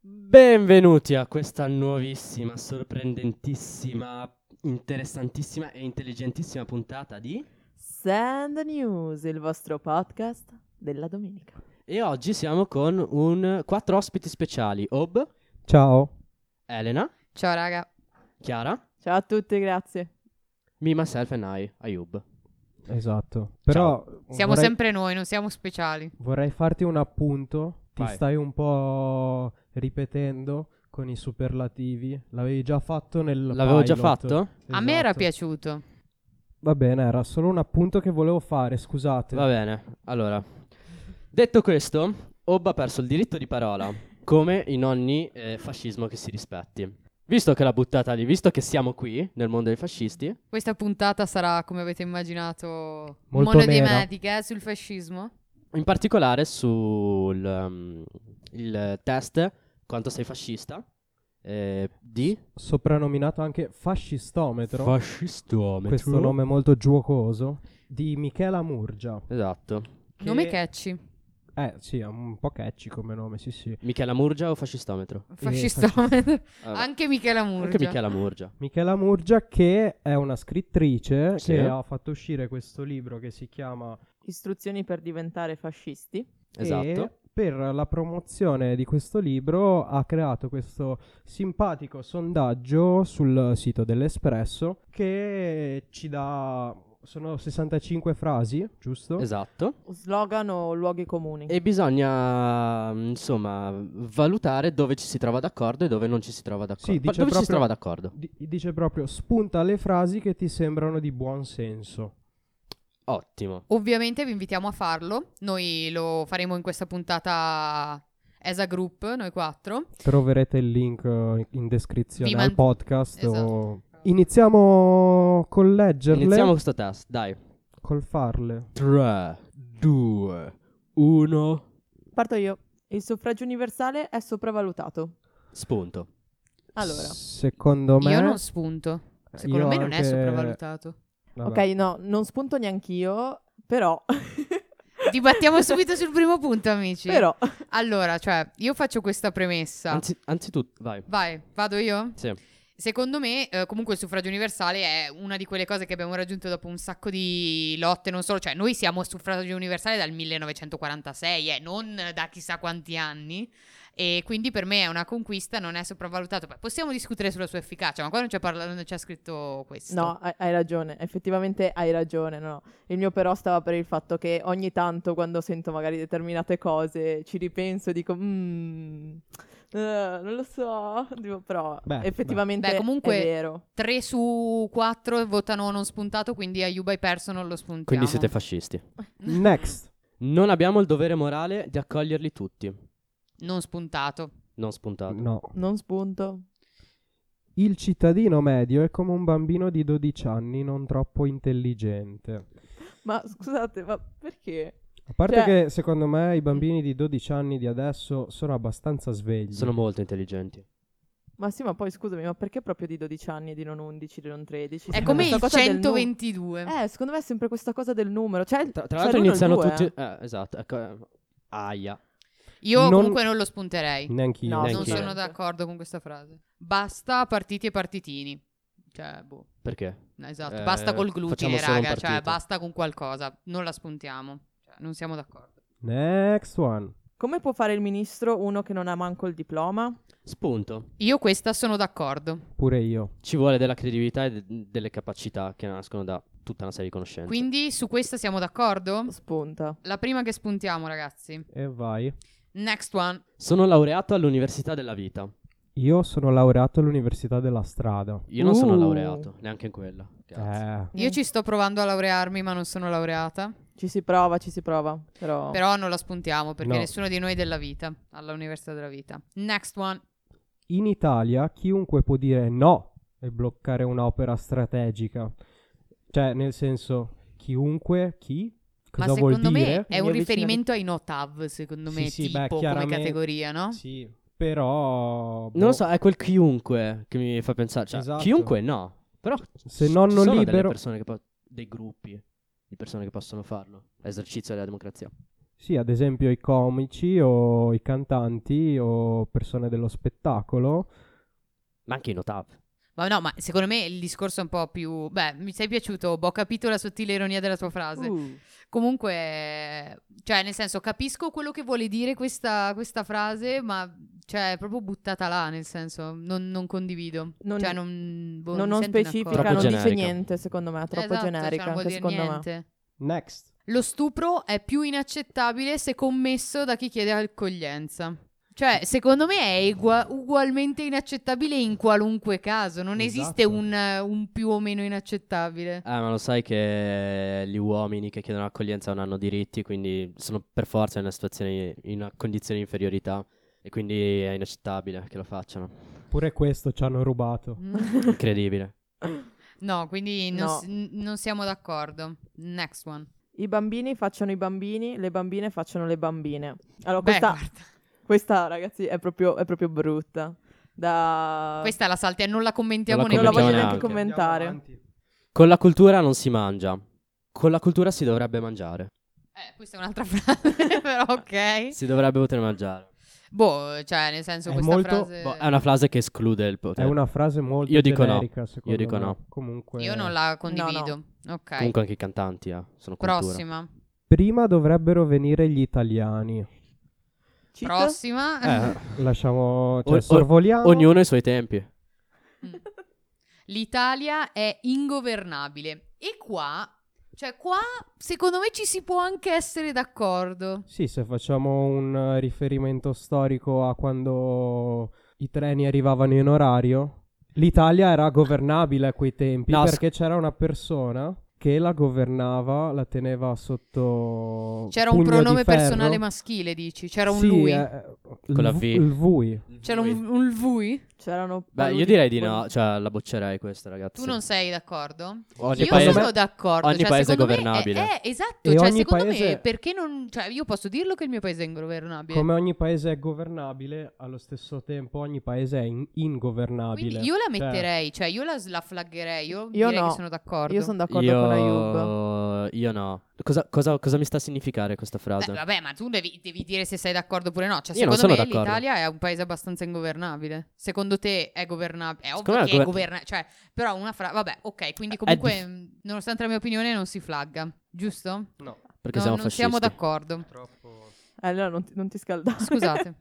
Benvenuti a questa nuovissima, sorprendentissima, interessantissima e intelligentissima puntata di... Send News, il vostro podcast della domenica. E oggi siamo con un quattro ospiti speciali, Ob, Ciao. Elena, Ciao raga. Oh, Chiara, Ciao a tutti, grazie. me, myself and I, Ayub. Esatto. Però Siamo vorrei, sempre noi, non siamo speciali. vorrei farti un appunto. Ti Vai. stai un po' ripetendo con i superlativi. L'avevi già fatto nel L'avevo già pilot. fatto? A me era Esatto. piaciuto. Va bene, era solo un appunto che volevo fare, scusate. Va bene, allora. Detto questo, Ob ha perso il diritto di parola, come in ogni eh, fascismo che si rispetti. Visto che l'ha buttata lì, visto che siamo qui, nel mondo dei fascisti, Questa puntata sarà, come avete immaginato, Molto monodimatica eh, sul fascismo. In particolare sul um, il test quanto sei fascista eh, di Soprannominato anche fascistometro. fascistometro. questo nome molto giuocoso. Di Michela Murgia. Esatto. Nome catchy. Eh sì, è un po' catchy come nome, sì sì. Michela Murgia o fascistometro? esatto. Fascistometro. Ah, vabbè. Anche Michela Murgia. Anche Michela Murgia. Michela Murgia che è una scrittrice Sì. che ha fatto uscire questo libro che si chiama Istruzioni per diventare fascisti. Esatto. E per la promozione di questo libro ha creato questo simpatico sondaggio sul sito dell'Espresso che ci dà sono 65 frasi, giusto? Esatto. Slogan o luoghi comuni. E bisogna, mm, insomma, valutare dove ci si trova d'accordo e dove non ci si trova d'accordo. Sì, Ma dice dove ci si trova proprio- d'accordo? Di- dice proprio spunta le frasi che ti sembrano di buon senso. Ottimo. Ovviamente vi invitiamo a farlo. Noi lo faremo in questa puntata as a group, noi quattro. Troverete il link eh, in descrizione Vi al man- podcast o- Esatto. Iniziamo con leggerle, Iniziamo questo test, dai. col farle. 3, 2, 1, Parto io. Il suffragio universale è sopravvalutato. spunto. Allora, secondo me Io non spunto. Secondo io me non è anche- sopravvalutato. Vabbè. ok, no, non spunto neanch'io, però... Dibattiamo subito sul primo punto, amici. Però, Allora, cioè, io faccio questa premessa. Anzi, anzitutto, vai. Vai, vado io? Sì. Secondo me, eh, comunque, il suffragio universale è una di quelle cose che abbiamo raggiunto dopo un sacco di lotte, non solo, cioè noi siamo a suffragio universale dal 1946, eh, non da chissà quanti anni, e quindi per me è una conquista, non è sopravvalutato. Poi possiamo discutere sulla sua efficacia, ma qua non c'è, parla- non c'è scritto questo. no, hai, hai ragione, effettivamente hai ragione, no. Il mio però stava per il fatto che ogni tanto quando sento magari determinate cose ci ripenso e dico, "Mm, eh, non lo so, Dico, però Beh, effettivamente beh. Beh, comunque- è vero. 3 su 4 votano non spuntato, quindi Ayuba hai perso, non lo spuntiamo. Quindi siete fascisti. Next. Non abbiamo il dovere morale di accoglierli tutti. non spuntato. Non spuntato. No. Non spunto. Il cittadino medio è come un bambino di 12 anni non troppo intelligente. Ma scusate, ma perché? A parte Cioè- che secondo me i bambini di 12 anni di adesso sono abbastanza svegli. Sono molto intelligenti. Ma sì, ma poi scusami, ma perché proprio di 12 anni e di non 11, di non 13? È Sempre come questa il cosa del nu- 122. Eh, secondo me è sempre questa cosa del numero. Cioè, Tra, tra c'è l'altro l'uno e il iniziano due, tutti... eh. eh, esatto. Ecco, eh, aia. Io Non- comunque non lo spunterei. Neanch'io. No, neanche non io. sono d'accordo con questa frase. Basta partiti e partitini. Cioè, boh, Perché? no, esatto. Eh, basta col facciamo glutine, solo un raga. Cioè, partito. basta con qualcosa. Non la spuntiamo. Cioè, non siamo d'accordo. Next one. Come può fare il ministro uno che non ha manco il diploma? Spunto. Io questa sono d'accordo. Pure io. Ci vuole della credibilità e de- delle capacità che nascono da tutta una serie di conoscenze. Quindi su questa siamo d'accordo? Spunta. La prima che spuntiamo, ragazzi. E vai. Next one. Sono laureato all'Università della Vita. Io sono laureato all'Università della Strada. Io non sono Uh. laureato, neanche in quella. Cazzo. Eh. Io ci sto provando a laurearmi, ma non sono laureata. Ci si prova, ci si prova. Però, Però non la spuntiamo perché No. nessuno di noi è della vita. Alla Università della Vita. Next one. In Italia chiunque può dire no e bloccare un'opera strategica. Cioè, nel senso, chiunque, chi? Cosa ma vuol secondo me dire? è Mi un avvicino- riferimento ai notav, secondo Sì, me, sì, tipo beh, come chiaramente- categoria, no? Sì, però... boh, Non lo so, è quel chiunque che mi fa pensare. Cioè, Esatto. Chiunque no. Però Se ci nonno sono delle libero- persone che po- dei gruppi di persone che possono farlo. Esercizio della democrazia. Sì, ad esempio i comici o i cantanti o persone dello spettacolo. Ma anche i notab. Ma no, ma secondo me il discorso è un po' più... Beh, mi sei piaciuto, ho capito la sottile ironia della tua frase. Uh, Comunque, cioè, nel senso, capisco quello che vuole dire questa, questa frase, ma cioè, è proprio buttata là, nel senso, non, non condivido. Non- cioè, non, boh, non, mi non sento d'accordo. specifica, non Troppo dice generica. niente, secondo me, è troppo Esatto, cioè, generica, non vuol anche dire secondo me. niente. Next. Lo stupro è più inaccettabile se commesso da chi chiede accoglienza. Cioè, secondo me è igua- ugualmente inaccettabile in qualunque caso, non esiste Esatto. un, un più o meno inaccettabile. Ah, ma lo sai che gli uomini che chiedono accoglienza non hanno diritti, quindi sono per forza in una situazione, in una condizione di inferiorità. E quindi è inaccettabile che lo facciano. Pure questo ci hanno rubato. Incredibile. Mm? No, quindi non, No. s- n- non siamo d'accordo. Next one. I bambini facciano i bambini, le bambine facciano le bambine. Allora, Beh, questa, guarda, questa, ragazzi, è proprio, è proprio brutta. Da... questa la saltiamo, non la commentiamo Non la neanche. non la voglio commentiamo neanche neanche. commentare. Con la cultura non si mangia. Con la cultura si dovrebbe mangiare. Eh, questa è un'altra frase, però ok. Si dovrebbe poter mangiare. Boh, cioè, nel senso, È questa molto- frase... Boh, è una frase che esclude il È potere. una frase molto Io dico no. generica, secondo dico me. no. Comunque Io non la condivido. Ok. Comunque anche i cantanti eh, sono cultura. Prossima. prima dovrebbero venire gli italiani. Cheat? Prossima. Eh, Lasciamo O- cioè, o- sorvoliamo. ognuno i suoi tempi. L'Italia è ingovernabile. E qua, cioè qua, secondo me ci si può anche essere d'accordo. Sì, se facciamo un eh, riferimento storico a quando i treni arrivavano in orario, l'Italia era governabile a quei tempi No, perché c'era una persona che la governava, la teneva sotto C'era un pugno di pronome ferro. personale maschile, dici? C'era un Sì, lui? eh, il, Con la vu- V. il vui. C'era un, un lui? C'erano... Beh, io direi di no, cioè la boccerei questa, ragazzi. Tu non sei d'accordo? Ogni io paese- sono d'accordo. ogni cioè, paese è secondo me governabile. è- esatto, E cioè, ogni secondo me paese- perché non... Cioè, io posso dirlo che il mio paese è ingovernabile. Come ogni paese è governabile, allo stesso tempo ogni paese è in- ingovernabile. Quindi io la Cioè, metterei, cioè io la, la flaggerei, io, Io direi no. che sono d'accordo. Io sono d'accordo io... con Ayub. Io no. Cosa, cosa- cosa mi sta a significare questa frase? Beh, vabbè, ma tu devi, devi dire se sei d'accordo oppure no. Cioè, Esatto. Io non secondo me sono d'accordo. l'Italia è un paese abbastanza ingovernabile. Secondo te è governabile? È ovvio Secondo me che è è gover- Eh, governabile. Cioè, però una frase. Vabbè, ok, quindi comunque, dif- mh, nonostante la mia opinione, non si flagga, giusto? Perché No, siamo non fascisti. siamo d'accordo. Eh, allora non ti, non ti scaldare. Scusate.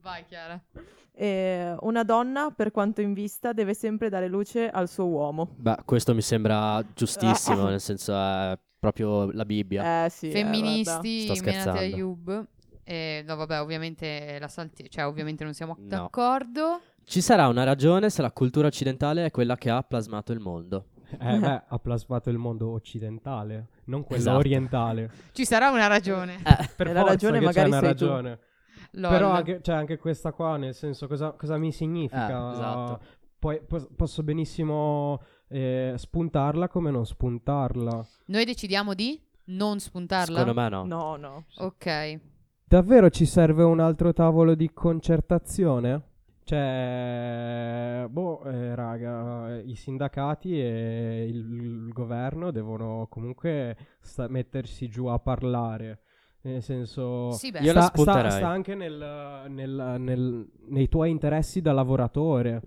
Vai, Chiara. Eh, una donna, per quanto in vista, deve sempre dare luce al suo uomo. Beh, questo mi sembra giustissimo, Ah. nel senso è proprio la Bibbia. Eh sì. eh, guarda. Femministi, Sto menate a scherzando. Yub. Eh, no, vabbè, ovviamente la salti- cioè, ovviamente non siamo No. d'accordo. Ci sarà una ragione se la cultura occidentale è quella che ha plasmato il mondo. Eh, beh, ha plasmato il mondo occidentale, non quello Esatto. orientale. Ci sarà una ragione. Per E la forza ragione che magari c'è una sei tu. ragione. Lol. Però anche, cioè, anche questa qua, nel senso, cosa, cosa mi significa? Eh, esatto. Poi pos- posso benissimo eh, spuntarla come non spuntarla. Noi decidiamo di non spuntarla. Secondo me no. No, no. Ok. Davvero ci serve un altro tavolo di concertazione? Cioè, boh, eh, raga, i sindacati e il, il governo devono comunque sta- mettersi giù a parlare. Nel senso, Sì, beh. Io la sta, sta- spunterei. sta anche nel- nel- nel- nei tuoi interessi da lavoratore.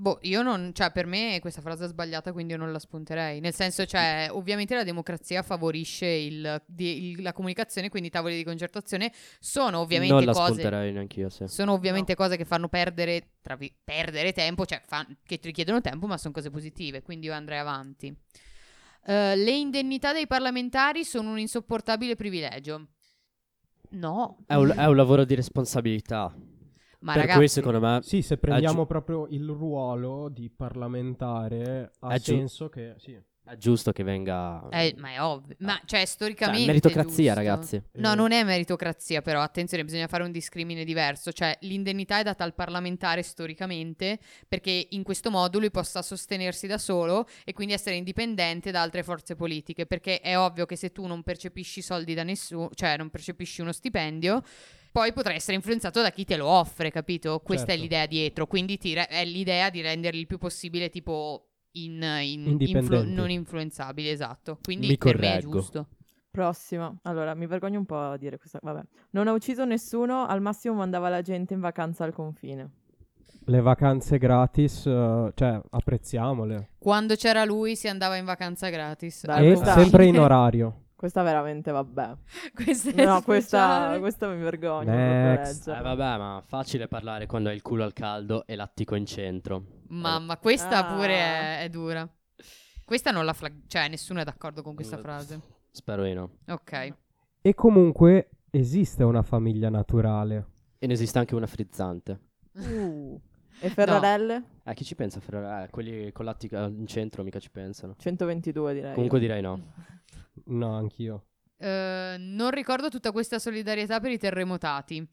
Boh, io non, cioè per me questa frase è sbagliata, quindi io non la spunterei. Nel senso, cioè, ovviamente la democrazia favorisce il- di- il- la comunicazione, quindi i tavoli di concertazione sono ovviamente non la cose spunterei neanche io, sì. sono ovviamente cose che fanno perdere, tra vi- perdere tempo, cioè fan- che ti richiedono tempo, ma sono cose positive, quindi io andrei avanti. Eh, le indennità dei parlamentari sono un insopportabile privilegio. No, È un, è un lavoro di responsabilità. ma Eh, per ragazzi, cui secondo me Sì, se prendiamo proprio il ruolo di parlamentare, ha Aggiu- senso che... Sì. è giusto che venga... eh, ma è ovvio, ma cioè Cioè, storicamente... meritocrazia, giusto. ragazzi. No, Eh, non è meritocrazia, però attenzione, bisogna fare un discrimine diverso, cioè l'indennità è data al parlamentare storicamente perché in questo modo lui possa sostenersi da solo e quindi essere indipendente da altre forze politiche, perché è ovvio che se tu non percepisci soldi da nessuno, cioè non percepisci uno stipendio, poi potrai essere influenzato da chi te lo offre, capito? Questa è Certo. l'idea dietro, quindi ti re- è l'idea di renderli il più possibile tipo in, in- influ- Indipendenti. non influenzabili, esatto. Quindi Mi per me è correggo. giusto. Prossima. Allora, mi vergogno un po' a dire questa. Vabbè. Non ha ucciso nessuno, al massimo mandava la gente in vacanza al confine. Le vacanze gratis, eh, cioè, apprezziamole. Quando c'era lui si andava in vacanza gratis. Dai, E questa- sempre in orario. Questa veramente, vabbè. Questa è No, questa, speciale. questa mi vergogno. Next. proprio a Eh, leggerla. vabbè, ma facile parlare quando hai il culo al caldo e l'attico in centro. Mamma, questa Ah. pure è, è dura. Questa non la flag... Cioè, nessuno è d'accordo con questa Eh, frase. Spero di no. Ok. E comunque esiste una famiglia naturale. E ne esiste anche una frizzante. Uh. E Ferrarelle? Eh, chi ci pensa, Ferrara? Eh, quelli con l'attico in centro mica ci pensano. 122 direi. Comunque direi no. No, anch'io. Eh, non ricordo tutta questa solidarietà per i terremotati.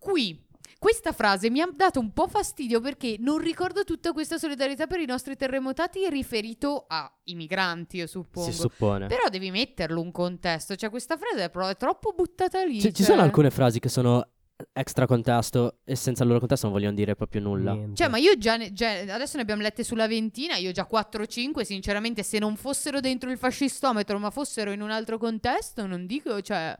Qui, questa frase mi ha dato un po' fastidio perché non ricordo tutta questa solidarietà per i nostri terremotati riferito ai migranti, io suppongo. Si suppone. Però devi metterlo un contesto, cioè questa frase è, pro- è troppo buttata lì. Ci, ci cioè- sono alcune frasi che sono extra contesto e senza il loro contesto non vogliono dire proprio nulla. Niente. Cioè, ma io già, ne- già- adesso ne abbiamo lette sulla ventina, io già 4-5, sinceramente, se non fossero dentro il fascistometro, ma fossero in un altro contesto, non dico, cioè,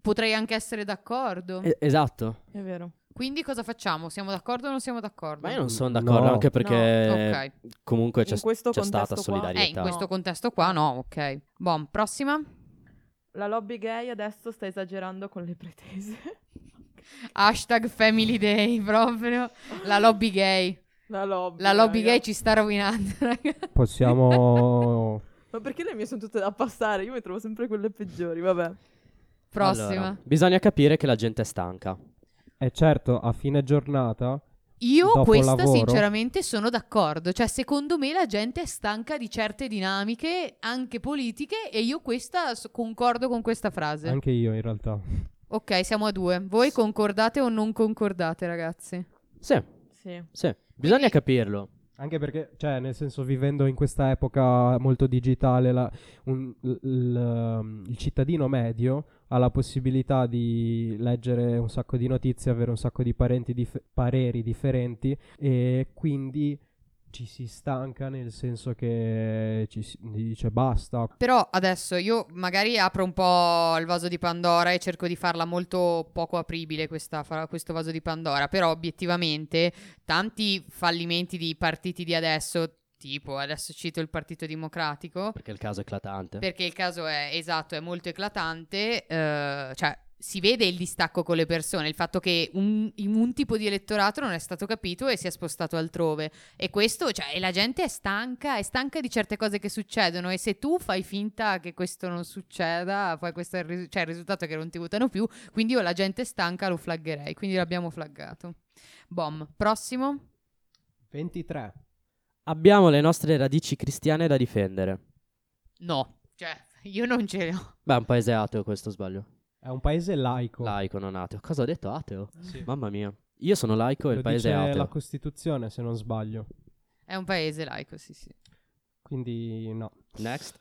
potrei anche essere d'accordo. Eh, esatto. È vero. Quindi cosa facciamo? Siamo d'accordo o non siamo d'accordo? Ma io eh, non sono No. d'accordo, anche perché Ok. comunque Cioè, c'è, In questo c'è stata contesto qua- Eh, in solidarietà. questo contesto qua no, ok. Buon, prossima. La lobby gay adesso sta esagerando con le pretese. Hashtag Family Day proprio. La lobby gay. La lobby. La lobby raga. gay ci sta rovinando, ragazzi. Possiamo... Ma perché le mie sono tutte da passare? Io mi trovo sempre quelle peggiori, vabbè. Prossima. Allora, bisogna capire che la gente è stanca. E certo, a fine giornata Io Dopo questa lavoro? sinceramente sono d'accordo, cioè secondo me la gente è stanca di certe dinamiche anche politiche e io questa s- concordo con questa frase. Anche io in realtà. ok, siamo a due. Voi concordate o non concordate ragazzi? Sì, Sì. sì. Bisogna capirlo. Anche perché, cioè, nel senso, vivendo in questa epoca molto digitale, la- un- l- l- il cittadino medio ha la possibilità di leggere un sacco di notizie, avere un sacco di parenti dif- pareri differenti e quindi ci si stanca nel senso che ci si dice basta. Però adesso io magari apro un po' il vaso di Pandora e cerco di farla molto poco apribile questa fra- questo vaso di Pandora, però obiettivamente tanti fallimenti di partiti di adesso, tipo adesso cito il Partito Democratico, Perché il caso è eclatante. Perché il caso è esatto, è molto eclatante, eh, cioè si vede il distacco con le persone, il fatto che un, in un tipo di elettorato non è stato capito e si è spostato altrove. E questo, cioè, e la gente è stanca, è stanca di certe cose che succedono e se tu fai finta che questo non succeda, poi questo è il, risu- cioè, il risultato è che non ti votano più, quindi io la gente stanca lo flaggerei, quindi l'abbiamo flaggato. Bom, prossimo. 23. Abbiamo le nostre radici cristiane da difendere. No, cioè, io non ce l'ho. Beh, è un paese ateo questo sbaglio. È un paese laico. Laico, non ateo. Cosa ho detto? Ateo? Boh. Sì. Mamma mia. Io sono laico e Lo il paese è dice ateo. la Costituzione, se non sbaglio. È un paese laico, sì, sì. Quindi no. Next.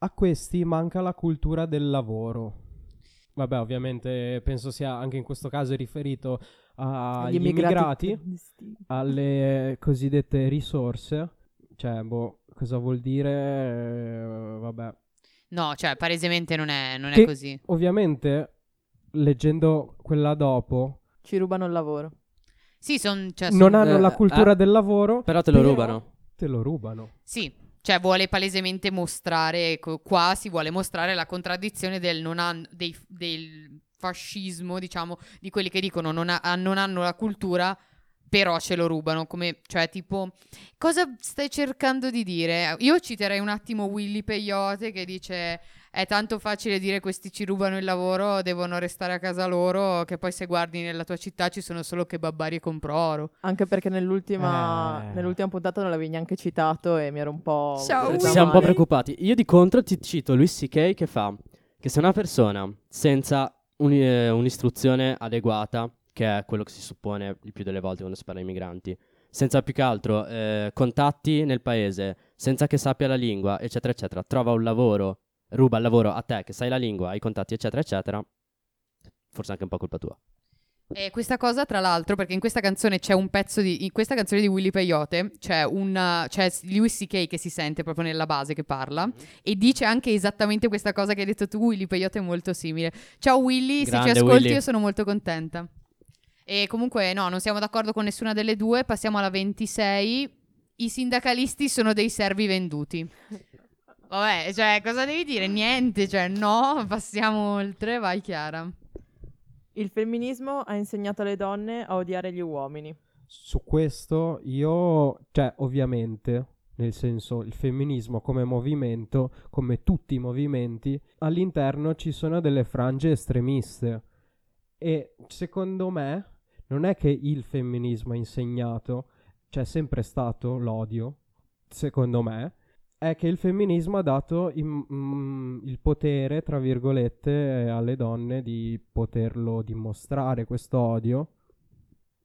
A questi manca la cultura del lavoro. Vabbè, ovviamente penso sia anche in questo caso riferito Ah, agli immigrati, clandestini. alle cosiddette risorse. Cioè, boh, cosa vuol dire? Eh, vabbè. No, cioè, palesemente non è, non è Che- così. Ovviamente, leggendo quella dopo, Ci rubano il lavoro. Sì, son- cioè, son- non hanno eh, la cultura ah, del lavoro, Però te lo Però- rubano. te lo rubano. sì, cioè vuole palesemente mostrare, co- qua si vuole mostrare la contraddizione del, non han- dei- del fascismo, diciamo, di quelli che dicono non, ha- ah, non hanno la cultura, però ce lo rubano, come, cioè tipo, cosa stai cercando di dire? Io citerei un attimo Willy Peyote che dice... È tanto facile dire questi ci rubano il lavoro, devono restare a casa loro, che poi se guardi nella tua città ci sono solo che babbari con proro. Anche perché nell'ultima, Eh. nell'ultima puntata non l'avevi neanche citato e mi ero un po'. Ciao, presa Willy. Siamo un po' male. preoccupati. Io di contro ti cito Luis C.K. che fa che se una persona senza un- eh, un'istruzione adeguata, che è quello che si suppone il più delle volte quando si parla di migranti, senza più che altro eh, contatti nel paese, senza che sappia la lingua, eccetera, eccetera, trova un lavoro, ruba il lavoro a te che sai la lingua, hai i contatti, eccetera, eccetera, forse anche un po' colpa tua. E questa cosa, tra l'altro, perché in questa canzone c'è un pezzo di. In questa canzone di Willy Peyote c'è, una, c'è Louis C.K. che si sente proprio nella base che parla e dice anche esattamente questa cosa che hai detto tu, Willy Peyote è molto simile. Ciao Willy, Grande, se ci ascolti Willy. io sono molto contenta. E comunque, no, non siamo d'accordo con nessuna delle due. Passiamo alla 26. I sindacalisti sono dei servi venduti. Vabbè, cioè, cosa devi dire? Niente, cioè, no, passiamo oltre. Vai, Chiara. Il femminismo ha insegnato alle donne a odiare gli uomini. Su questo io, cioè ovviamente, nel senso il femminismo come movimento, come tutti i movimenti, all'interno ci sono delle frange estremiste. E secondo me non è che il femminismo ha insegnato, c'è sempre stato l'odio, secondo me, è che il femminismo ha dato im- mm, il potere, tra virgolette, eh, alle donne di poterlo dimostrare questo odio.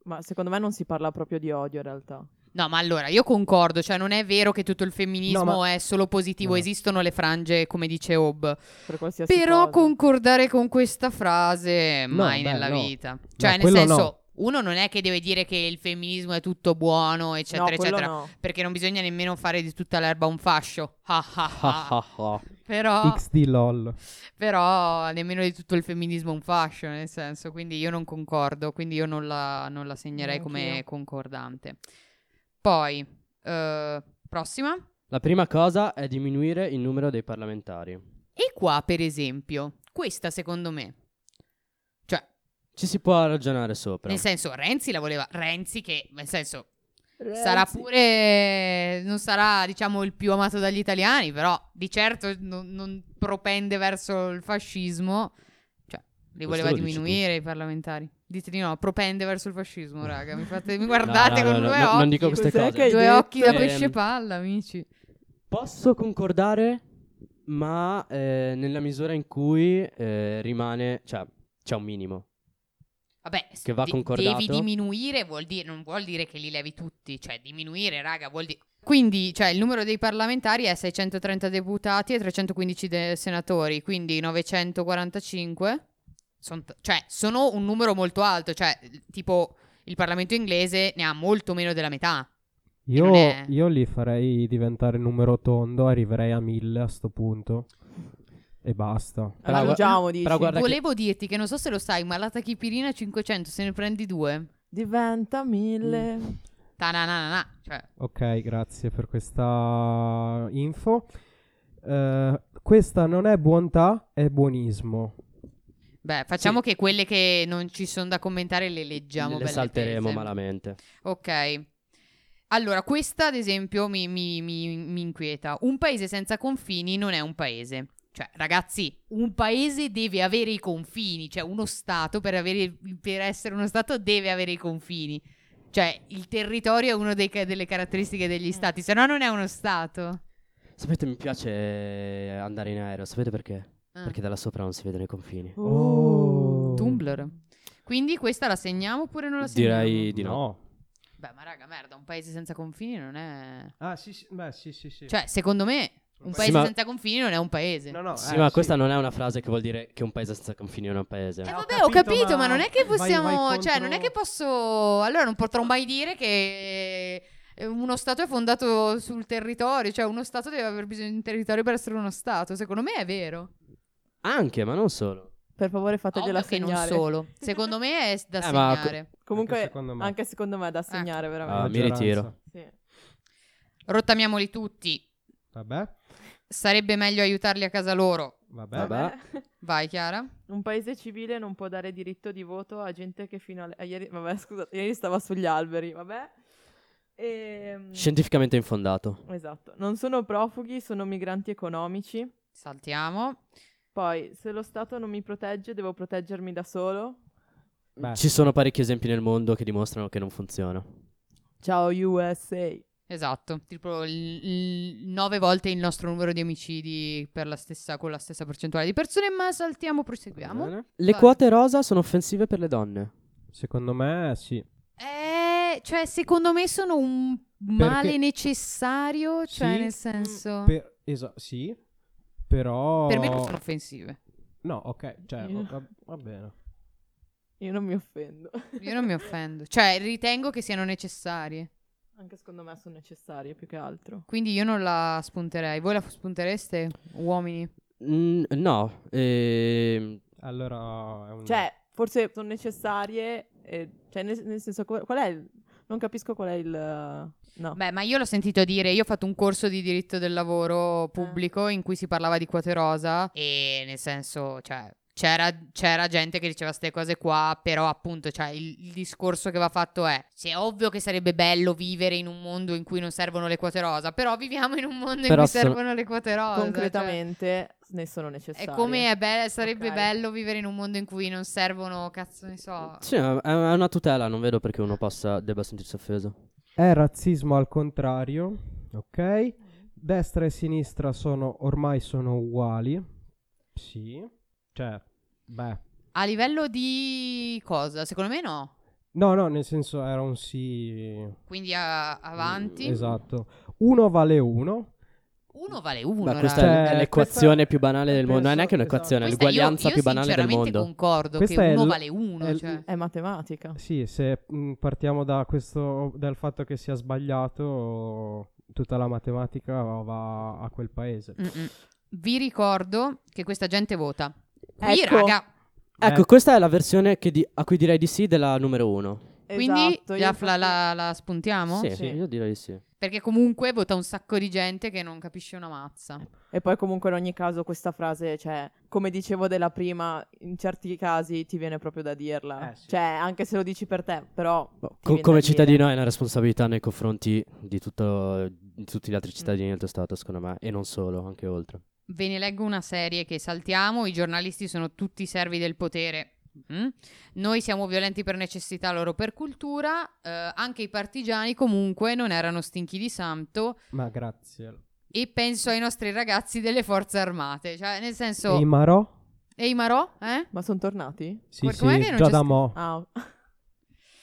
Ma secondo me non si parla proprio di odio in realtà. No, ma allora io concordo, cioè non è vero che tutto il femminismo No, ma- è solo positivo, No. esistono le frange, come dice Hobb. Per qualsiasi Però cosa. concordare con questa frase No, mai beh, nella no. vita. Cioè, nel quello senso, no. uno non è che deve dire che il femminismo è tutto buono, No, eccetera, quello eccetera. no. Perché non bisogna nemmeno fare di tutta l'erba un fascio. Ah, ah, ah. però, XD LOL. però nemmeno di tutto il femminismo un fascio, nel senso. Quindi io non concordo, quindi io non la, non la segnerei come Neanch'io. concordante. Poi, eh, prossima. La prima cosa è diminuire il numero dei parlamentari. E qua, per esempio, questa secondo me. Cioè, Ci si può ragionare sopra. nel senso, Renzi la voleva. Renzi che, nel senso, sarà pure. Non sarà, diciamo, il più amato dagli italiani, però di certo non, non propende verso il fascismo. Cioè, li Questo voleva lo dici diminuire i parlamentari. Dite di no, propende verso il fascismo, raga. Mi, fate, mi No, guardate no, no, con no, due no, occhi. Non dico queste Cos'è cose. che- Due Hai occhi da detto? pesce Ehm, palla, amici. Posso concordare, ma eh, nella misura in cui eh, rimane, cioè, c'è un minimo. Vabbè, che va de- concordato. devi diminuire, vuol dire, non vuol dire che li levi tutti, cioè diminuire, raga, vuol dire... Quindi, cioè, il numero dei parlamentari è 630 deputati e 315 de- senatori, quindi 945. Son t- cioè, sono un numero molto alto, cioè, tipo, il Parlamento inglese ne ha molto meno della metà. Io, non è- io li farei diventare numero tondo, arriverei a mille a sto punto. E basta. Però gua- Allungiamo, dici. però guarda- che- Volevo dirti che non so se lo sai, ma la tachipirina 500, se ne prendi due. Diventa mille. Mm. Tananana, cioè... Ok, grazie per questa info. Eh, questa non è bontà, è buonismo. Beh, facciamo che quelle che non ci sono da commentare le leggiamo. Le belle salteremo tese. malamente. Ok. Allora, questa ad esempio mi, mi- mi- mi inquieta. Un paese senza confini non è un paese. Cioè, ragazzi, un paese deve avere i confini. Cioè, uno Stato per, avere- per essere uno Stato deve avere i confini. Cioè, il territorio è una delle caratteristiche degli Eh. Stati, se no non è uno Stato. Sapete, mi piace eh, andare in aereo, sapete perché? Ah, Perché da là sopra non si vedono i confini. Uh. Oh. Tumblr. Quindi questa la segniamo oppure non la segniamo? Direi di no. Beh, ma raga, merda, un paese senza confini non è... Ah, sì, sì, beh, sì, sì, sì. Cioè, secondo me, un Sì, paese ma- senza confini non è un paese. No, no, Sì, eh, ma sì. questa non è una frase che vuol dire che un paese senza confini è un paese. Eh Ho vabbè, ho capito, capito, ma... ma non è che vai- possiamo... vai Cioè, contro- non è che posso... Allora, non potrò mai dire che eh, uno Stato è fondato sul territorio. Cioè, uno Stato deve aver bisogno di un territorio per essere uno Stato. Secondo me è vero. Anche, ma non solo. Mm. Per favore fategliela Ovvio che non segnare. solo. Secondo me è da Eh, ma co- segnare. Comunque, Anche anche secondo secondo me. me, è da segnare, Ah, veramente. mi Maggioranza. ritiro. Sì. Rottamiamoli tutti. Vabbè, Sarebbe meglio aiutarli a casa loro. vabbè. Vabbè. Vai, Chiara. Un paese civile non può dare diritto di voto a gente che fino a, a ieri... Vabbè, scusate, ieri stava sugli alberi, vabbè. Ehm, Scientificamente infondato. Esatto. Non sono profughi, sono migranti economici. Saltiamo. Poi, se lo Stato non mi protegge, devo proteggermi da solo. Beh. Ci sono parecchi esempi nel mondo che dimostrano che non funziona. Ciao USA. Esatto, tipo il- il- nove volte il nostro numero di omicidi per la stessa- con la stessa percentuale di persone, ma saltiamo, proseguiamo. Le Vai. quote rosa sono offensive per le donne. Secondo me sì. Eh, cioè, secondo me sono un male Perché- necessario, cioè Sì, Mm. nel senso... Per... Per, esa- sì, però... Oh. me non sono offensive. No, ok, cioè, Io- va, va bene. Io non mi offendo. Io non mi offendo. Cioè, ritengo che siano necessarie. Anche secondo me sono necessarie più che altro. Quindi io non la spunterei. Voi la spuntereste, uomini? Mm, no, ehm, Allora, è un... Cioè, forse sono necessarie, e- cioè nel, nel senso co- qual è il... Non capisco qual è il... No. Beh, ma io l'ho sentito dire, io ho fatto un corso di diritto del lavoro Ah. pubblico in cui si parlava di quote rosa e nel senso, cioè, c'era, c'era gente che diceva queste cose qua, però appunto, cioè, il, il discorso che va fatto è, sì, è ovvio che sarebbe bello vivere in un mondo in cui non servono le quote rosa, però viviamo in un mondo Però in cui sono- servono le quote rosa. cioè, Concretamente ne sono è necessarie. come è be- sarebbe Ok. bello vivere in un mondo in cui non servono, cazzo ne so. sì, è è una tutela, non vedo perché uno possa, debba sentirsi offeso. È razzismo al contrario, ok? Destra e sinistra sono ormai sono uguali. Sì. Cioè, beh. A livello di cosa? Secondo me no. No, no, nel senso era un sì. Quindi a- avanti. Esatto. Uno vale uno. Uno vale uno. Ma raga. questa Cioè, è l'equazione questa- più banale del mondo. Non è neanche Esatto. un'equazione, è Questa l'uguaglianza io, io più banale del sinceramente mondo. concordo Questa che è uno l- vale uno. è l- cioè. È matematica. Sì, se mh, partiamo da questo, dal fatto che sia sbagliato, tutta la matematica va a quel paese. Mm-mm. Vi ricordo che questa gente vota. Qui, Ecco. raga, Ecco, Eh. questa è la versione che di- a cui direi di sì della numero uno. quindi Esatto, io la, infatti- la- la- la spuntiamo? Sì, Boh, Sì. io direi di sì. Perché comunque vota un sacco di gente che non capisce una mazza. E poi comunque in ogni caso questa frase, cioè, come dicevo della prima, in certi casi ti viene proprio da dirla. Eh, sì. Cioè, anche se lo dici per te, però... ti Co- viene da come dire. cittadino hai una responsabilità nei confronti di, tutto- di tutti gli altri cittadini del tuo stato, secondo me, e non solo, anche oltre. Ve ne leggo una serie che saltiamo. I giornalisti sono tutti servi del potere. Mm? Noi siamo violenti per necessità, loro per cultura. Eh, anche i partigiani comunque non erano stinchi di santo. Ma grazie. E penso ai nostri ragazzi delle forze armate. Cioè, nel senso... E i Marò? Ehi Marò, eh? Ma sono tornati? Sì, Guarda, sì, com'è che non già c'è da sta- mo'. Ah, o-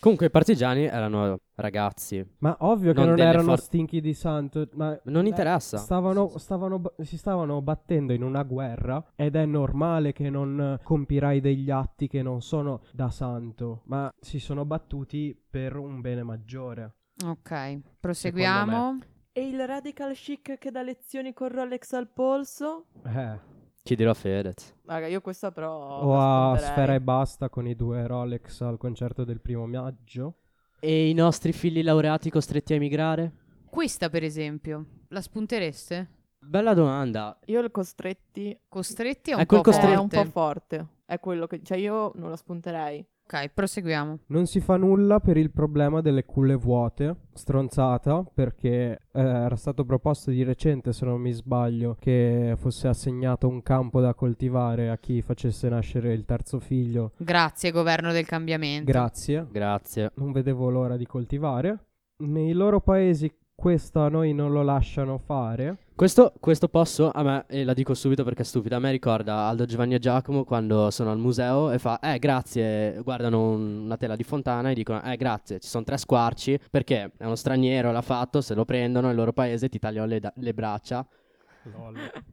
Comunque, i partigiani erano ragazzi. Ma ovvio che Non non, delle erano for- stinchi di santo, ma Non eh, interessa. Stavano, stavano ba- si stavano battendo in una guerra ed è normale che non eh, compirai degli atti che non sono da santo, ma si sono battuti per un bene maggiore. Ok, proseguiamo. E il radical chic che dà lezioni con Rolex al polso? Eh, Chiederò a Fedez. Raga, io questa però... o a la sfonderei. Sfera e Basta con i due Rolex al concerto del primo maggio. E i nostri figli laureati costretti a emigrare? Questa, per esempio, la spuntereste? Bella domanda. Io il costretti Costretti è un Ecco il po' costretto. è Eh, un po' forte. forte. È quello che... Cioè, io non la spunterei. Ok, proseguiamo. Non si fa nulla per il problema delle culle vuote, stronzata, perché eh, era stato proposto di recente, se non mi sbaglio, che fosse assegnato un campo da coltivare a chi facesse nascere il terzo figlio. Grazie, governo del cambiamento. Grazie, Grazie. non vedevo l'ora di coltivare. Nei loro paesi questo a noi non lo lasciano fare. Questo, questo posso, a me, e la dico subito perché è stupida, a me ricorda Aldo Giovanni e Giacomo quando sono al museo e fa, eh grazie, guardano un- una tela di Fontana e dicono, eh grazie, ci sono tre squarci perché è uno straniero, l'ha fatto, se lo prendono nel loro paese ti tagliano le, da- le braccia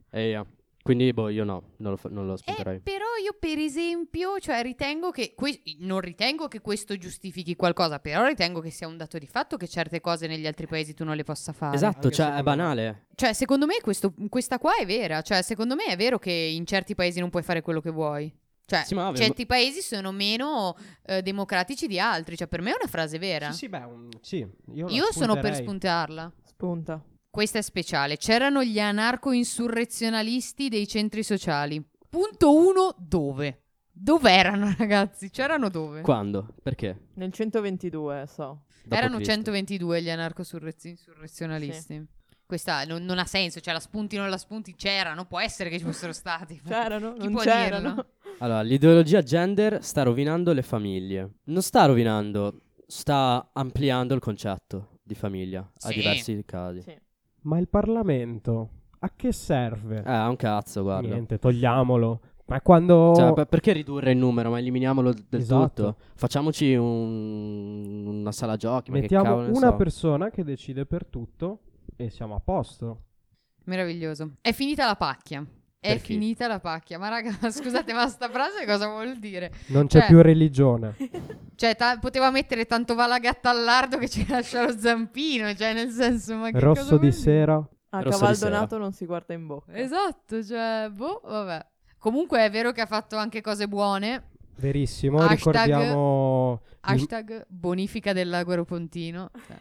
e io. Quindi, boh, io no, non lo, fa- non lo Eh, spunterei. però io per esempio, cioè ritengo che, que- non ritengo che questo giustifichi qualcosa, però ritengo che sia un dato di fatto che certe cose negli altri paesi tu non le possa fare. Esatto, Anche cioè è secondo me. banale. Cioè, secondo me questo- questa qua è vera, cioè secondo me è vero che in certi paesi non puoi fare quello che vuoi. Cioè, Sì, ma vabbè, certi paesi sono meno eh, democratici di altri, cioè per me è una frase vera. beh, sì. Io, Io sono per spuntarla. Spunta. Questa è speciale. C'erano gli anarco-insurrezionalisti dei centri sociali. Punto 1, dove? Dove erano, ragazzi? C'erano Eh. dove? Quando? Perché? Nel 122, so. Dopo erano Cristo. 122 gli anarco-insurrezionalisti. Questa non, non ha senso, cioè la spunti non la spunti, c'erano, può essere che ci fossero stati. C'erano? Chi non può c'erano. dirlo? Allora, l'ideologia gender sta rovinando le famiglie. Non sta rovinando, sta ampliando il concetto di famiglia a Sì. diversi casi. Sì. Ma il Parlamento a che serve? Eh, ha un cazzo, guarda. Niente, togliamolo. Ma quando... Cioè, per- perché ridurre il numero? Ma eliminiamolo del Esatto. tutto. Facciamoci un- una sala giochi. ma che Mettiamo cavolo ne una so. persona che decide per tutto e siamo a posto. Meraviglioso. È finita la pacchia. È Per chi? finita la pacchia. Ma raga, scusate, ma sta frase cosa vuol dire? Non c'è Cioè- più religione. Cioè, ta- poteva mettere tanto va la gatta all'ardo che ci lascia lo zampino, cioè nel senso, ma che cosa Rosso vuol di dire? sera. A Rosso di Cavaldonato non si guarda in bocca. Esatto, cioè, boh, vabbè. Comunque è vero che ha fatto anche cose buone. Verissimo, Hashtag- ricordiamo il- Hashtag bonifica del lago Aeropontino. Cioè,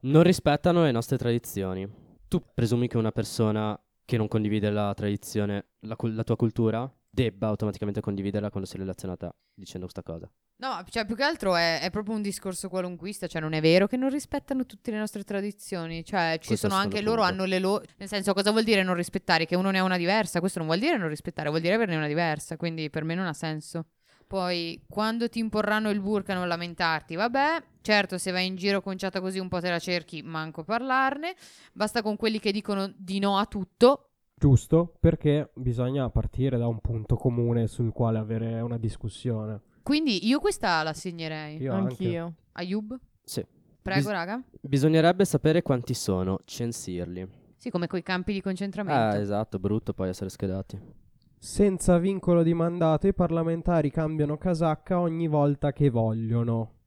Non rispettano le nostre tradizioni. Tu presumi che una persona che non condivide la tradizione, la, cul- la tua cultura, debba automaticamente condividerla quando si relaziona a te dicendo questa cosa. No, cioè più che altro è, è proprio un discorso qualunquista, cioè non è vero che non rispettano tutte le nostre tradizioni, cioè ci Questo sono sono anche loro, punto. hanno le loro... Nel senso cosa vuol dire non rispettare? Che uno ne ha una diversa, questo non vuol dire non rispettare, vuol dire averne una diversa, quindi per me non ha senso. Poi quando ti imporranno il burka non lamentarti, vabbè, certo se vai in giro conciata così un po' te la cerchi, manco parlarne, basta con quelli che dicono di no a tutto, giusto perché bisogna partire da un punto comune sul quale avere una discussione. quindi io questa la assegnerei. Io anche. Anch'io. Ayub, Sì. prego Bis- raga. Bisognerebbe sapere quanti sono, censirli. Sì, come coi campi di concentramento. Ah, esatto, brutto poi essere schedati. Senza vincolo di mandato i parlamentari cambiano casacca ogni volta che vogliono.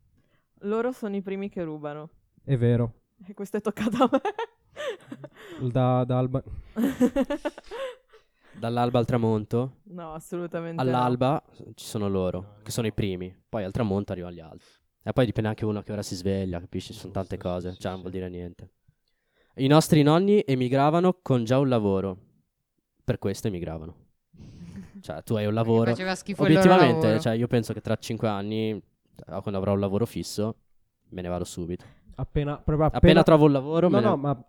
Loro sono i primi che rubano. È vero. E questo è toccato a Da, da Alba- me. Dall'alba al tramonto, no, assolutamente. no. all'alba ci sono loro, che sono i primi, poi al tramonto arrivano gli altri. E poi dipende anche uno a che ora si sveglia, capisci? Sono tante Giusto, sì, cose, sì, cioè non sì. vuol dire niente. I nostri nonni emigravano con già un lavoro, per questo emigravano. Cioè tu hai un lavoro... Faceva schifo il loro Obiettivamente, lavoro. cioè io penso che tra cinque anni, eh, quando avrò un lavoro fisso, me ne vado subito. appena, proprio Appena, appena- trovo un lavoro, No, me ne... no, ma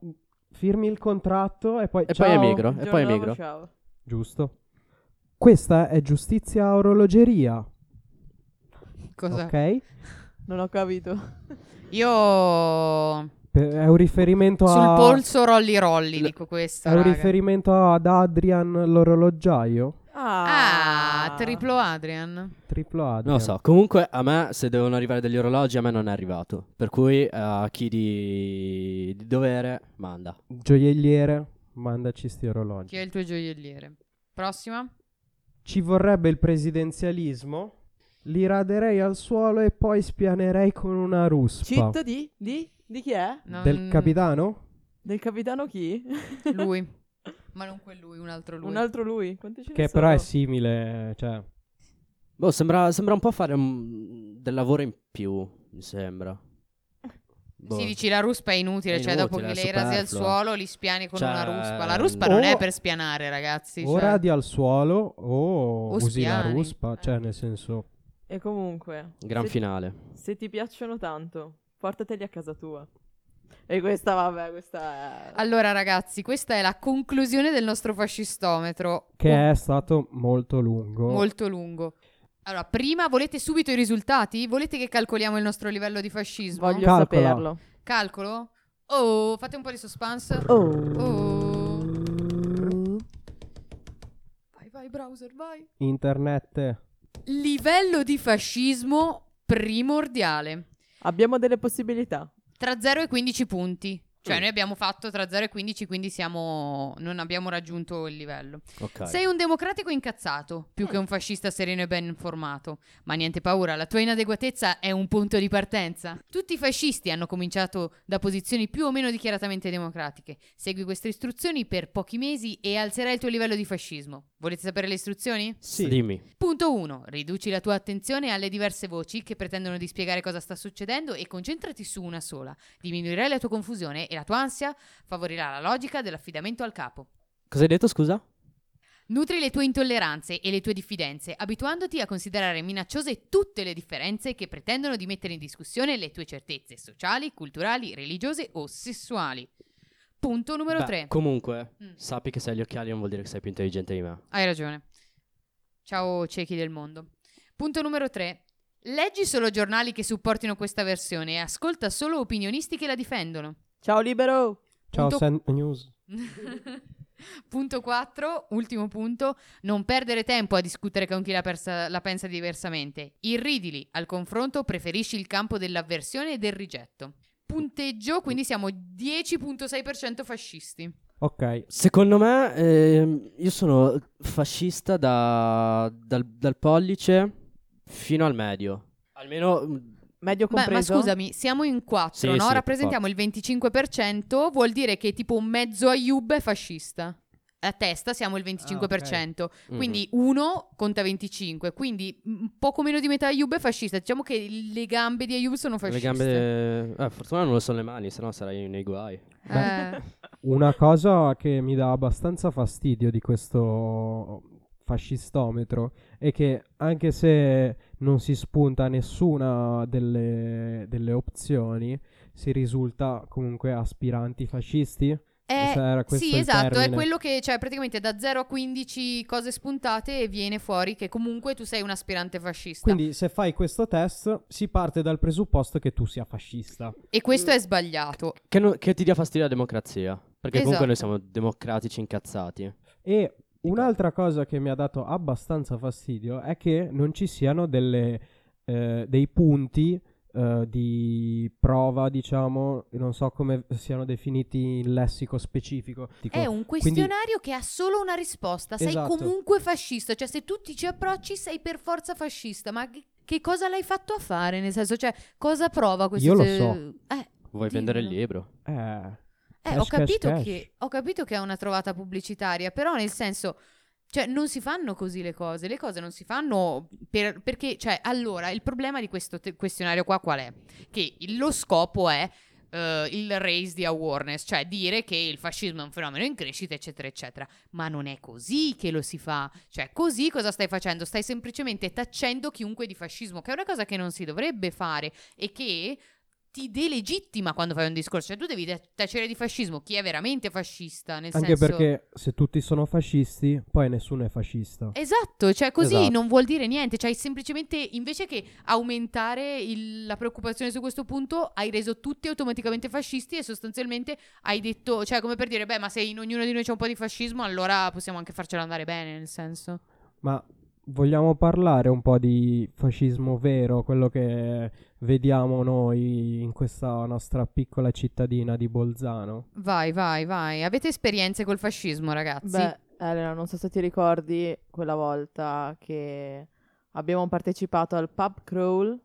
firmi il contratto e poi e ciao. poi emigro, e Giorno poi nuovo, emigro. ciao. Giusto. Questa è giustizia a orologeria, Cosa? ok? Non ho capito. Io Per- è un riferimento sul a polso rolli rolli L- dico questo. è un riferimento ad Adrian l'orologiaio, Ah, Ah, triplo Adrian. triplo Adrian. Non lo so, comunque a me se devono arrivare degli orologi a me non è arrivato, per cui eh, a chi di, di dovere manda. Gioielliere, mandaci sti orologi. Chi è il tuo gioielliere? Prossima? Ci vorrebbe il presidenzialismo. Li raderei al suolo e poi spianerei con una ruspa. Cheat di? Di? Di chi è? Non- Del capitano? Del capitano chi? Lui. Ma non quel lui, un altro lui. Un altro lui. Quanti ce ne Che però è sono? simile, cioè, Boh, sembra, sembra un po' fare un- del lavoro in più, mi sembra. Boh. Si dice la ruspa è inutile, È cioè dopo che inutile, è lei rasi al superfluo. suolo li spiani con Cioè, una ruspa. La ruspa non o- è per spianare, ragazzi. o cioè. radi al suolo o, O usi la spiani. ruspa, cioè Eh. nel senso E comunque. Gran se- finale. Se ti piacciono tanto, portateli a casa tua. E questa, vabbè, questa è... Allora, ragazzi, questa è la conclusione del nostro fascistometro. che Un- è stato molto lungo. Molto lungo. Allora, prima volete subito i risultati? Volete che calcoliamo il nostro livello di fascismo? Voglio Calcola. saperlo. Calcolo? Oh, fate un po' di suspense. Oh. Vai, vai, browser, vai. Internet Livello di fascismo primordiale. Abbiamo delle possibilità. Tra 0 e 15 punti. Cioè, noi abbiamo fatto tra 0 e 15, quindi siamo... non abbiamo raggiunto il livello. Ok. Sei un democratico incazzato, più che un fascista sereno e ben informato. Ma niente paura, la tua inadeguatezza è un punto di partenza. Tutti i fascisti hanno cominciato da posizioni più o meno dichiaratamente democratiche. Segui queste istruzioni per pochi mesi e alzerai il tuo livello di fascismo. Volete sapere le istruzioni? Sì. Dimmi. Punto 1. Riduci la tua attenzione alle diverse voci che pretendono di spiegare cosa sta succedendo e concentrati su una sola. Diminuirai la tua confusione e la tua ansia favorirà la logica dell'affidamento al capo. Cosa hai detto, scusa? Nutri le tue intolleranze e le tue diffidenze, abituandoti a considerare minacciose tutte le differenze che pretendono di mettere in discussione le tue certezze sociali, culturali, religiose o sessuali. Punto numero Beh, 3. Comunque, Mm. sappi che se hai gli occhiali non vuol dire che sei più intelligente di me. Hai ragione. Ciao ciechi del mondo. Punto numero 3. Leggi solo giornali che supportino questa versione e ascolta solo opinionisti che la difendono. Ciao, libero! Ciao Punto- Sen News. punto 4, ultimo punto, non perdere tempo a discutere con chi la, persa- la pensa diversamente. Irridili, al confronto preferisci il campo dell'avversione e del rigetto. Punteggio, quindi siamo 10.6% fascisti. Ok, Secondo me, ehm, io sono fascista da- dal, dal pollice fino al medio. Almeno mm, mh, Medio Beh, compreso. ma scusami, siamo in quattro, Sì, no? sì, Rappresentiamo il 25%, vuol dire che tipo un mezzo Ayub è fascista. A testa siamo il 25%, Ah, mhm. quindi uno conta 25, quindi un poco meno di metà Ayub è fascista. Diciamo che le gambe di Ayub sono le fasciste. gambe. Eh, fortuna non lo sono le mani, sennò sarei nei guai. Eh, Una cosa che mi dà abbastanza fastidio di questo fascistometro è che anche se non si spunta nessuna delle, delle opzioni, si risulta comunque aspiranti fascisti. eh, Se Cioè, era questo sì, il esatto, è termine. quello che cioè praticamente da 0 a 15 cose spuntate e viene fuori che comunque tu sei un aspirante fascista. Quindi se fai questo test si parte dal presupposto che tu sia fascista. E questo è sbagliato. Che, non- che ti dia fastidio la democrazia. Perché comunque noi Esatto. siamo democratici incazzati. E un'altra cosa che mi ha dato abbastanza fastidio è che non ci siano delle, eh, dei punti eh, di prova, diciamo, non so come siano definiti in lessico specifico. Dico, È un questionario che ha solo una risposta. Sei Esatto. comunque fascista. Cioè, se tu ti ci approcci, sei per forza fascista. Ma che, che cosa l'hai fatto a fare? Nel senso, cioè, cosa prova questo? Io lo se- so. Eh, Vuoi Dillo. vendere il libro? eh, eh, Cash, ho, capito cash, Che, ho capito che è una trovata pubblicitaria, però nel senso. Cioè, non si fanno così le cose, le cose non si fanno per- perché, cioè, allora, il problema di questo te- questionario qua qual è? Che il- lo scopo è eh, il raise di awareness, cioè dire che il fascismo è un fenomeno in crescita, eccetera, eccetera. Ma non è così che lo si fa. Cioè, così cosa stai facendo? Stai semplicemente taccendo chiunque di fascismo, che è una cosa che non si dovrebbe fare e che ti delegittima quando fai un discorso. Cioè, tu devi ta- tacere di fascismo chi è veramente fascista, nel anche senso... perché se tutti sono fascisti, poi nessuno è fascista. Esatto, cioè così Esatto. non vuol dire niente, cioè semplicemente invece che aumentare il- la preoccupazione su questo punto hai reso tutti automaticamente fascisti e sostanzialmente hai detto, cioè come per dire, beh ma se in ognuno di noi c'è un po' di fascismo allora possiamo anche farcelo andare bene nel senso. Ma vogliamo parlare un po' di fascismo vero, quello che vediamo noi in questa nostra piccola cittadina di Bolzano? Vai, vai, vai, avete esperienze col fascismo ragazzi? Beh, Elena, non so se ti ricordi quella volta che abbiamo partecipato al pub crawl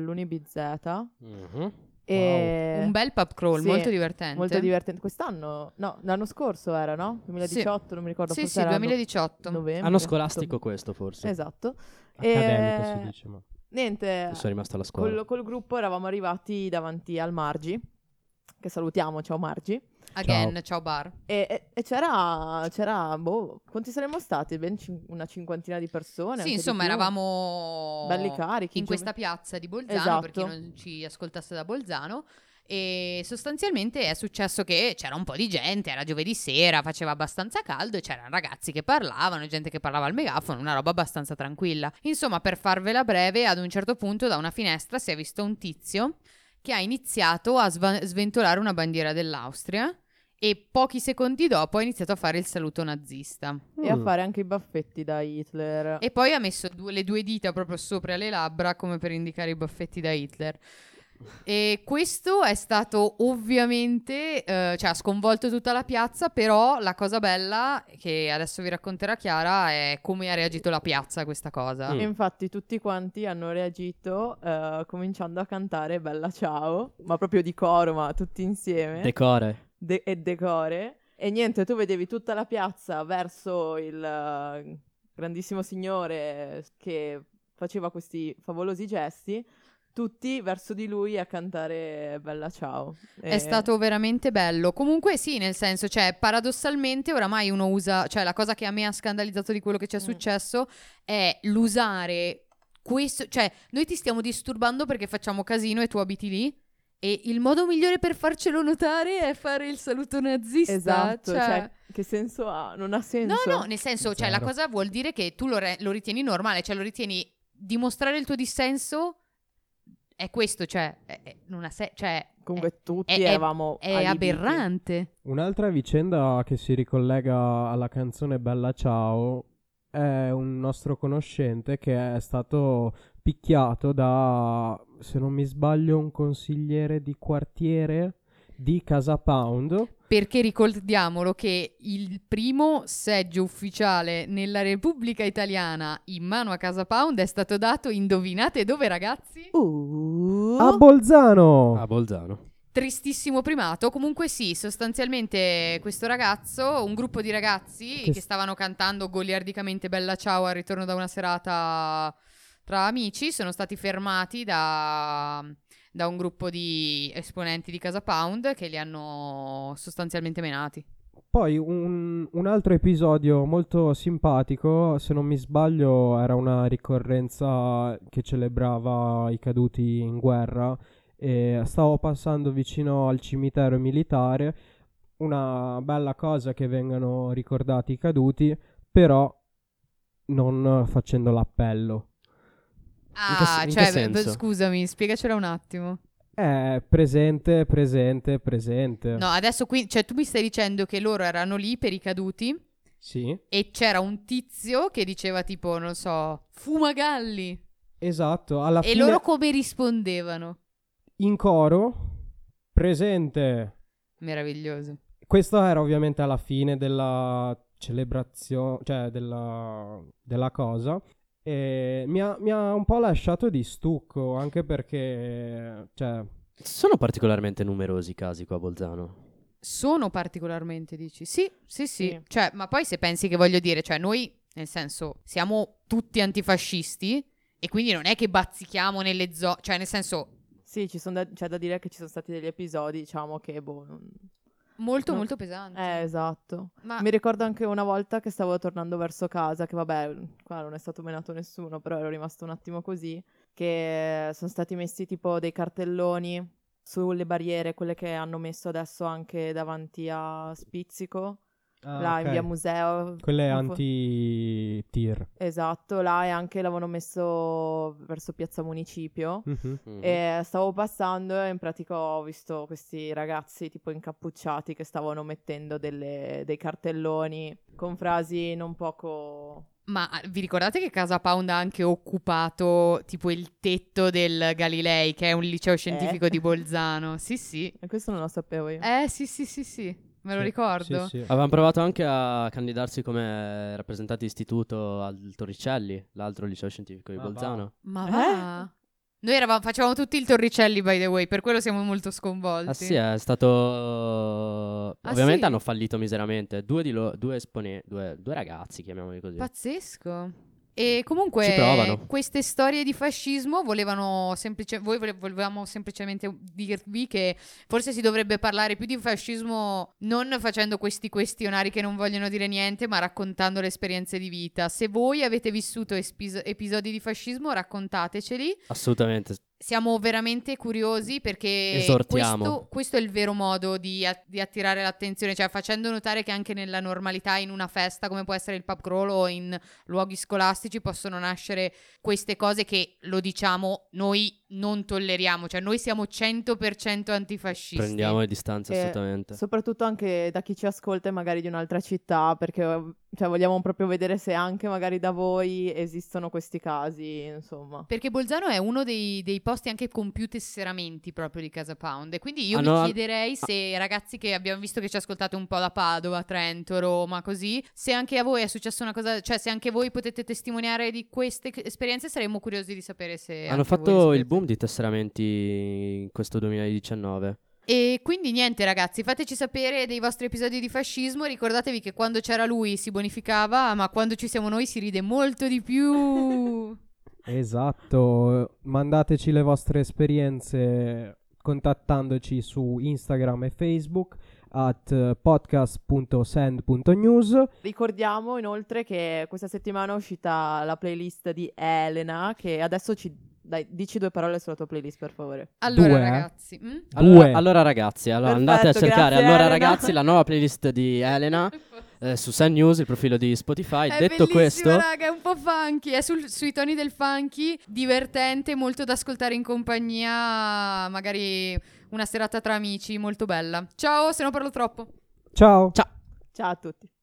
dell'Unibizeta. Mhm. E... Un bel pub crawl, eh, Sì, molto divertente. Molto divertente. Quest'anno, no, l'anno scorso era, no? 2018, non mi ricordo. Sì, forse sì, era no- 2018. novembre, Anno scolastico ottobre. questo forse. Esatto. Eh, Accademico E- si dice, ma... Niente, Sono rimasto alla scuola. col, col gruppo eravamo arrivati davanti al Margi, che salutiamo, ciao Margi. Again, ciao, Bar. E, e- e c'era, c'era, boh, quanti saremmo stati? Ben cin- una cinquantina di persone. anche Sì, di insomma, più. eravamo Belli carichi. in giovi- questa piazza di Bolzano, per chi Esatto. non ci ascoltasse da Bolzano. E sostanzialmente è successo che c'era un po' di gente, era giovedì sera, faceva abbastanza caldo e c'erano ragazzi che parlavano, gente che parlava al megafono, una roba abbastanza tranquilla. Insomma, per farvela breve, ad un certo punto da una finestra si è visto un tizio che ha iniziato a sva- sventolare una bandiera dell'Austria e pochi secondi dopo ha iniziato a fare il saluto nazista. E a Mm. fare anche i baffetti da Hitler. E poi ha messo due- le due dita proprio sopra le labbra come per indicare i baffetti da Hitler. E questo è stato ovviamente, eh, cioè ha sconvolto tutta la piazza, però la cosa bella che adesso vi racconterà Chiara è come ha reagito la piazza a questa cosa. Mm. E infatti tutti quanti hanno reagito eh, cominciando a cantare Bella Ciao, ma proprio di coro, ma tutti insieme. Decore. de- e decore. E niente, tu vedevi tutta la piazza verso il eh, grandissimo signore che faceva questi favolosi gesti, tutti verso di lui a cantare Bella Ciao. È stato veramente bello. Comunque sì, nel senso, cioè, paradossalmente oramai uno usa, cioè la cosa che a me ha scandalizzato di quello che ci è Mm. successo è l'usare questo, cioè noi ti stiamo disturbando perché facciamo casino e tu abiti lì e il modo migliore per farcelo notare è fare il saluto nazista. Esatto, cioè- cioè, che senso ha? Non ha senso. No, no, nel senso, cioè, la Zero. cosa vuol dire che tu lo, re- lo ritieni normale, cioè lo ritieni dimostrare il tuo dissenso è questo, cioè, è- è- non ha se- cioè, Comunque tutti è- è- eravamo è allibiti. aberrante. Un'altra vicenda che si ricollega alla canzone Bella Ciao è un nostro conoscente che è stato picchiato da, se non mi sbaglio, un consigliere di quartiere di Casa Pound. Perché ricordiamolo che il primo seggio ufficiale nella Repubblica Italiana in mano a Casa Pound è stato dato, indovinate dove ragazzi? Uh. Ah, boh. A Bolzano! A Bolzano. Tristissimo primato, comunque sì, sostanzialmente questo ragazzo, un gruppo di ragazzi Che che, s- stavano cantando goliardicamente Bella Ciao al ritorno da una serata tra amici, sono stati fermati da, da un gruppo di esponenti di Casa Pound che li hanno sostanzialmente menati. Poi un, un altro episodio molto simpatico, se non mi sbaglio, era una ricorrenza che celebrava i caduti in guerra. E stavo passando vicino al cimitero militare. Una bella cosa che vengano ricordati i caduti, però non facendo l'appello. che se- Ah, in che cioè, senso? beh, scusami, spiegacela un attimo. Eh, presente, presente, presente. No, adesso qui, cioè, tu mi stai dicendo che loro erano lì per i caduti Sì. e c'era un tizio che diceva tipo, non so, fumagalli. Esatto, alla E fine loro come rispondevano? in coro presente. Meraviglioso. Questo era ovviamente alla fine della celebrazione, cioè della, della cosa. E mi ha, mi ha un po' lasciato di stucco, anche perché, cioè, Sono particolarmente numerosi i casi qua a Bolzano. Sono particolarmente, dici? Sì, sì, sì. Sì. Cioè, ma poi se pensi che voglio dire, cioè, noi, nel senso, siamo tutti antifascisti e quindi non è che bazzichiamo nelle zone, cioè, nel senso, Sì, ci son da- c'è da dire che ci sono stati degli episodi, diciamo che boh. non- molto, No. molto pesanti. Eh, esatto. ma... Mi ricordo anche una volta che stavo tornando verso casa, che vabbè, qua non è stato menato nessuno, però ero rimasto un attimo così, che sono stati messi tipo dei cartelloni sulle barriere, quelle che hanno messo adesso anche davanti a Spizzico, là in via museo. Ah, quelle Non fu- anti-tir. Esatto, là e anche l'avevano messo verso piazza municipio. Mhm. Mhm. Eh. E stavo passando e in pratica ho visto questi ragazzi tipo incappucciati che stavano mettendo delle- dei cartelloni con frasi non poco... Ma ah, vi ricordate che Casa Pound ha anche occupato tipo il tetto del Galilei, che è un liceo scientifico di Bolzano? Sì, sì. E questo non lo sapevo io. Eh, sì, sì, sì, sì. Me lo Sì, ricordo. sì, sì. Avevamo provato anche a candidarsi come rappresentante di istituto al Torricelli, l'altro liceo scientifico di Ma va. Bolzano. Ma va. Eh? Noi eravamo- facevamo tutti il Torricelli, by the way, per quello siamo molto sconvolti. Ah sì, è stato... Ah, Ovviamente sì? hanno fallito miseramente. Due, di lo- due, espone- due, due ragazzi, chiamiamoli così. Pazzesco. E Ci comunque provano. queste storie di fascismo volevano semplice... voi vole- volevamo semplicemente dirvi che forse si dovrebbe parlare più di fascismo non facendo questi questionari che non vogliono dire niente, ma raccontando le esperienze di vita. Se voi avete vissuto espis- episodi di fascismo, raccontateceli Assolutamente. siamo veramente curiosi perché Esortiamo. questo, questo è il vero modo di, a- di attirare l'attenzione, cioè facendo notare che anche nella normalità, in una festa come può essere il pub crawl o in luoghi scolastici possono nascere queste cose che, lo diciamo, noi non tolleriamo, cioè noi siamo 100% antifascisti. Prendiamo le distanze, Eh, assolutamente. Soprattutto anche da chi ci ascolta e magari di un'altra città, perché cioè, vogliamo proprio vedere se anche magari da voi esistono questi casi, insomma. Perché Bolzano è uno dei, dei posti anche con più tesseramenti proprio di Casa Pound. E quindi io Ah, vi no, ah- chiederei se ragazzi che abbiamo visto che ci ascoltate un po' da Padova, Trento, Roma, così, se anche a voi è successa una cosa, cioè se anche voi potete testimoniare di queste che- esperienze, saremmo curiosi di sapere se... Hanno anche voi fatto le il sapete. boom di tesseramenti in questo 2019. E quindi niente ragazzi, fateci sapere dei vostri episodi di fascismo, ricordatevi che quando c'era lui si bonificava, ma quando ci siamo noi si ride molto di più. Esatto, mandateci le vostre esperienze contattandoci su Instagram e Facebook at eh, podcast.send.news Ricordiamo inoltre che questa settimana è uscita la playlist di Elena, che adesso ci... Dai, dici due parole sulla tua playlist, per favore. Allora eh? Due. ragazzi... mm? Due. Allora, allora ragazzi, allora Perfetto, andate a cercare grazie, allora Elena. ragazzi la nuova playlist di Elena mm? eh, su Sun News, il profilo di Spotify. È Detto bellissima, questo, raga, è un po' funky, è sul- sui toni del funky, divertente, molto da ascoltare in compagnia, magari una serata tra amici, molto bella. Ciao, se non parlo troppo. Ciao! Ciao a tutti.